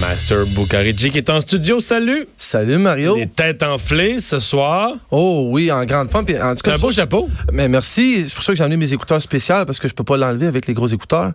Master Bucarici qui est en studio. Salut! Salut Mario. Les têtes enflées ce soir. Oh oui, en grande forme. Puis, en tout C'est cas, un beau je- chapeau. Mais merci. C'est pour ça que j'ai emmené mes écouteurs spéciaux parce que je peux pas l'enlever avec les gros écouteurs.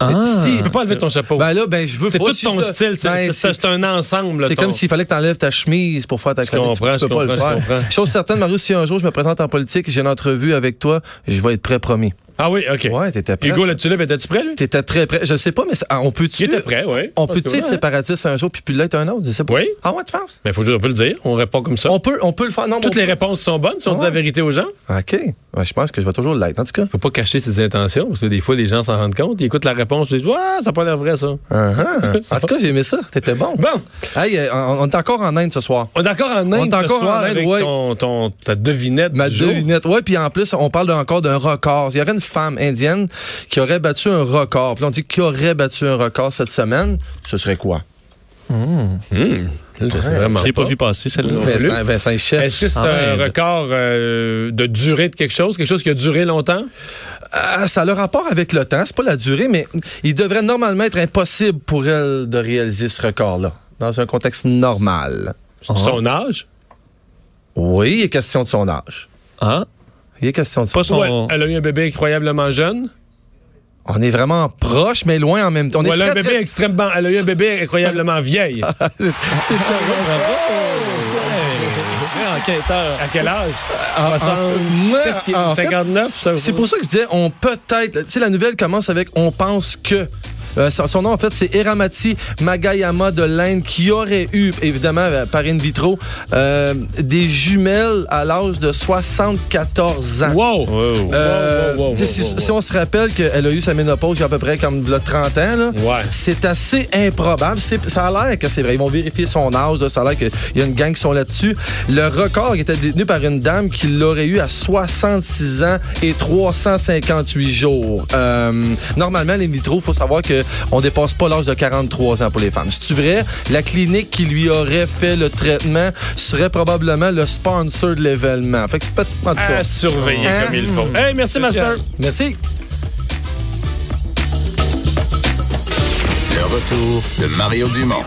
Si, Ah. tu peux pas enlever ton chapeau. Ben là, ben je veux c'est pas. tout si ton je- style. C'est, c'est- Ben, c'est- c'est un ensemble. là, c'est ton- comme s'il fallait que tu enlèves ta chemise pour faire ta Je chronique. comprends, tu peux je pas le comprends, je faire. comprends. Chose certaine, Mario, si un jour je me présente en politique et j'ai une entrevue avec toi, je vais être prêt, promis. Ah oui, OK. Ouais, t'étais prêt. Hugo, là-dessus, là, étais-tu prêt, lui? T'étais très prêt. Je sais pas, mais ça- ah, on peut-tu. Il était prêt, oui. On peut-tu être c'est pas. séparatiste un jour puis puis l'être un autre? Je sais pas. Oui. Ah ouais, tu penses? Mais Ben, faut on peut le dire. On répond comme ça. On peut, on peut le faire. Non, Toutes mais les réponses sont bonnes si on Ah dit la ouais. vérité aux gens. on- OK. Ouais, je pense que je vais toujours l'être. En tout cas. Faut pas cacher ses intentions parce que des fois, les gens s'en rendent compte. Ils écoutent la réponse. Ils disent, ouais, ça a pas l'air vrai, ça. Uh-huh. En tout cas, j'ai aimé ça. T'étais bon. Bon. Hey, euh, on on est encore en Inde ce soir. On est encore en Inde. On est ce encore en soir Inde, avec ouais. ton, ton- ta devinette. Ma du jour. devinette. Ouais, puis en plus, on parle d'un- encore d'un record. Il y aurait une femme indienne qui aurait battu un record. Puis là, on dit qui aurait battu un record cette semaine. Ce serait quoi? Hmm. Je sais vraiment. Je l'ai pas vu passer, celle-là. Non. Vincent, Vincent Chef. Est-ce que c'est En un Ah Inde. ben. record euh, de durée de quelque chose, quelque chose qui a duré longtemps? Ah, ça a le rapport avec le temps. C'est pas la durée, mais il devrait normalement être impossible pour elle de réaliser ce record-là. Dans un contexte normal. Son âge? Oui, il est question de son âge. Ah, Il est question de son pas âge. son. Ouais, elle a eu un bébé incroyablement jeune. On est vraiment proche, mais loin en même temps. On Ou est elle a, un très, bébé très- extrêmement, elle a eu un bébé incroyablement vieille. C'est Ouais, enquêteur. À quel âge? en- 60, moi, qu'est-ce qui- Ah, en fait, 59? ça? C'est pour ça que je disais, on peut-être. Tu sais, la nouvelle commence avec on pense que. Euh, son, son nom, en fait, c'est Eramati Magayama de l'Inde, qui aurait eu, évidemment, euh, par in vitro, euh, des jumelles à l'âge de 74 ans. Wow! Euh, Wow, wow, wow, tu sais, si, wow, wow, si on se rappelle qu'elle a eu sa ménopause il y a à peu près comme là, 30 ans, là, Ouais. c'est assez improbable. C'est- Ça a l'air que c'est vrai. Ils vont vérifier son âge. là. Ça a l'air qu'il y a une gang qui sont là-dessus. Le record était détenu par une dame qui l'aurait eu à 66 ans et 358 jours. Euh, normalement, les vitro, il faut savoir qu'on ne dépasse pas l'âge de 43 ans pour les femmes. C'est-tu vrai? La clinique qui lui aurait fait le traitement serait probablement le sponsor de l'événement. Fait que c'est pas... en tout cas. À surveiller Hein? comme il faut. Hey, merci, Master. Merci. Le retour de Mario Dumont.